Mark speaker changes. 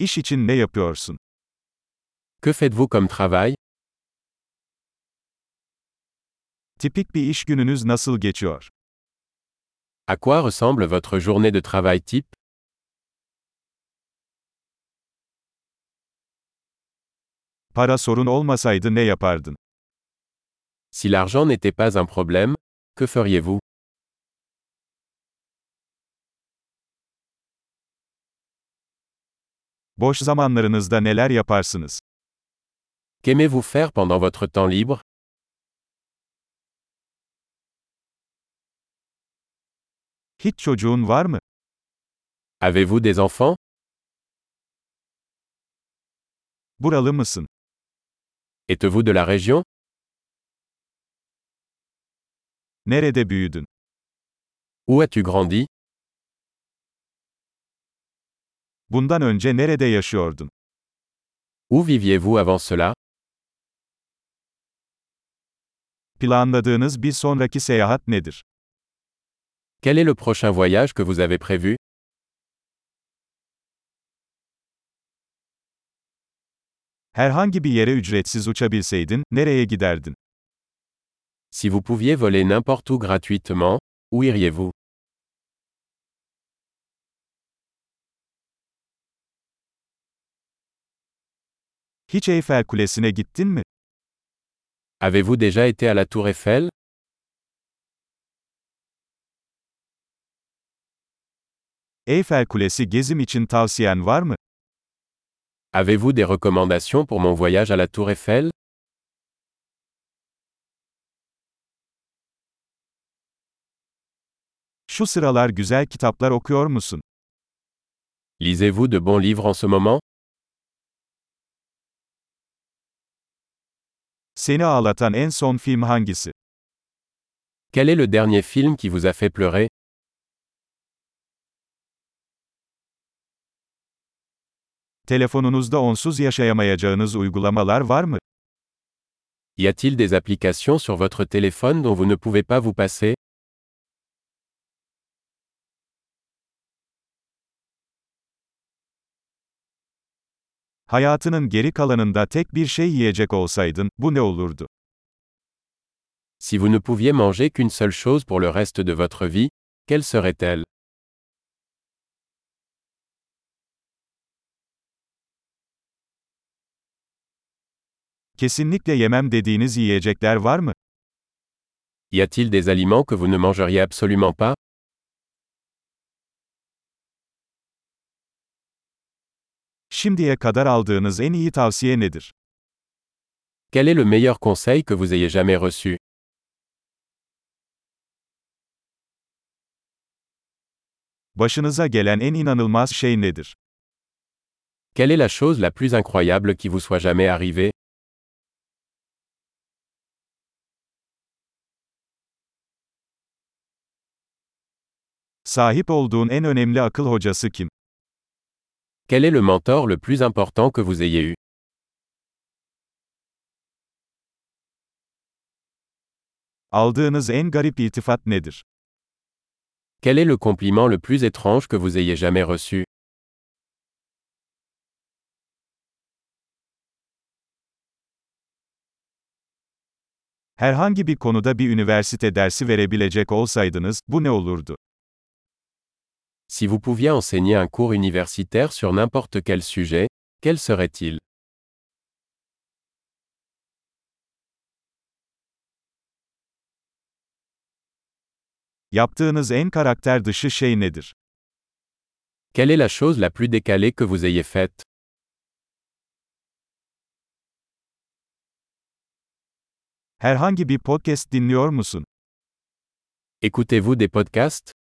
Speaker 1: İş için ne yapıyorsun?
Speaker 2: Que faites-vous comme travail
Speaker 1: Tipik bir iş gününüz nasıl geçiyor?
Speaker 2: À quoi ressemble votre journée de travail type
Speaker 1: Para sorun olmasaydı ne yapardın?
Speaker 2: Si l'argent n'était pas un problème, que feriez-vous
Speaker 1: Boş zamanlarınızda neler yaparsınız?
Speaker 2: Qu'aimez-vous faire pendant votre temps libre
Speaker 1: Hiç çocuğun var mı?
Speaker 2: Avez-vous des enfants
Speaker 1: Buralı mısın?
Speaker 2: Êtes-vous de la région
Speaker 1: Nerede büyüdün?
Speaker 2: Où as-tu grandi
Speaker 1: Bundan önce nerede yaşıyordun?
Speaker 2: Où viviez-vous avant cela
Speaker 1: Planladığınız bir sonraki seyahat nedir?
Speaker 2: Quel est le prochain voyage que vous avez prévu
Speaker 1: Herhangi bir yere ücretsiz uçabilseydin, nereye giderdin?
Speaker 2: Si vous pouviez voler n'importe où gratuitement, où iriez-vous
Speaker 1: Hiç Eyfel Kulesi'ne gittin mi?
Speaker 2: Avez-vous déjà été à la Tour Eiffel
Speaker 1: Eyfel Kulesi gezim için tavsiyen var mı?
Speaker 2: Avez-vous des recommandations pour mon voyage à la Tour Eiffel
Speaker 1: Şu sıralar güzel kitaplar okuyor musun?
Speaker 2: Lisez-vous de bons livres en ce moment
Speaker 1: Seni ağlatan en son film hangisi?
Speaker 2: Quel est le dernier film qui vous a fait pleurer
Speaker 1: Telefonunuzda onsuz yaşayamayacağınız uygulamalar var mı?
Speaker 2: Y a-t-il des applications sur votre téléphone dont vous ne pouvez pas vous passer
Speaker 1: Hayatının geri kalanında tek bir şey yiyecek olsaydın, bu ne olurdu?
Speaker 2: Si vous ne pouviez manger qu'une seule chose pour le reste de votre vie, quelle serait-elle
Speaker 1: Kesinlikle yemem dediğiniz yiyecekler var mı?
Speaker 2: Y a-t-il des aliments que vous ne mangeriez absolument pas
Speaker 1: Şimdiye kadar aldığınız en iyi tavsiye nedir?
Speaker 2: Quel est le meilleur conseil que vous ayez jamais reçu
Speaker 1: Başınıza gelen en inanılmaz şey nedir?
Speaker 2: Quelle est la chose la plus incroyable qui vous soit jamais arrivée
Speaker 1: Sahip olduğun en önemli akıl hocası kim?
Speaker 2: Quel est le mentor le plus important que vous ayez eu
Speaker 1: Aldığınız en garip iltifat nedir?
Speaker 2: Quel est le compliment le plus étrange que vous ayez jamais reçu
Speaker 1: Herhangi bir konuda bir üniversite dersi verebilecek olsaydınız, bu ne olurdu?
Speaker 2: Si vous pouviez enseigner un cours universitaire sur n'importe quel sujet, quel serait-il
Speaker 1: Yaptığınız en karakter dışı şey nedir?
Speaker 2: Quelle est la chose la plus décalée que vous ayez faite
Speaker 1: Herhangi bir podcast dinliyor musun?
Speaker 2: Écoutez-vous des podcasts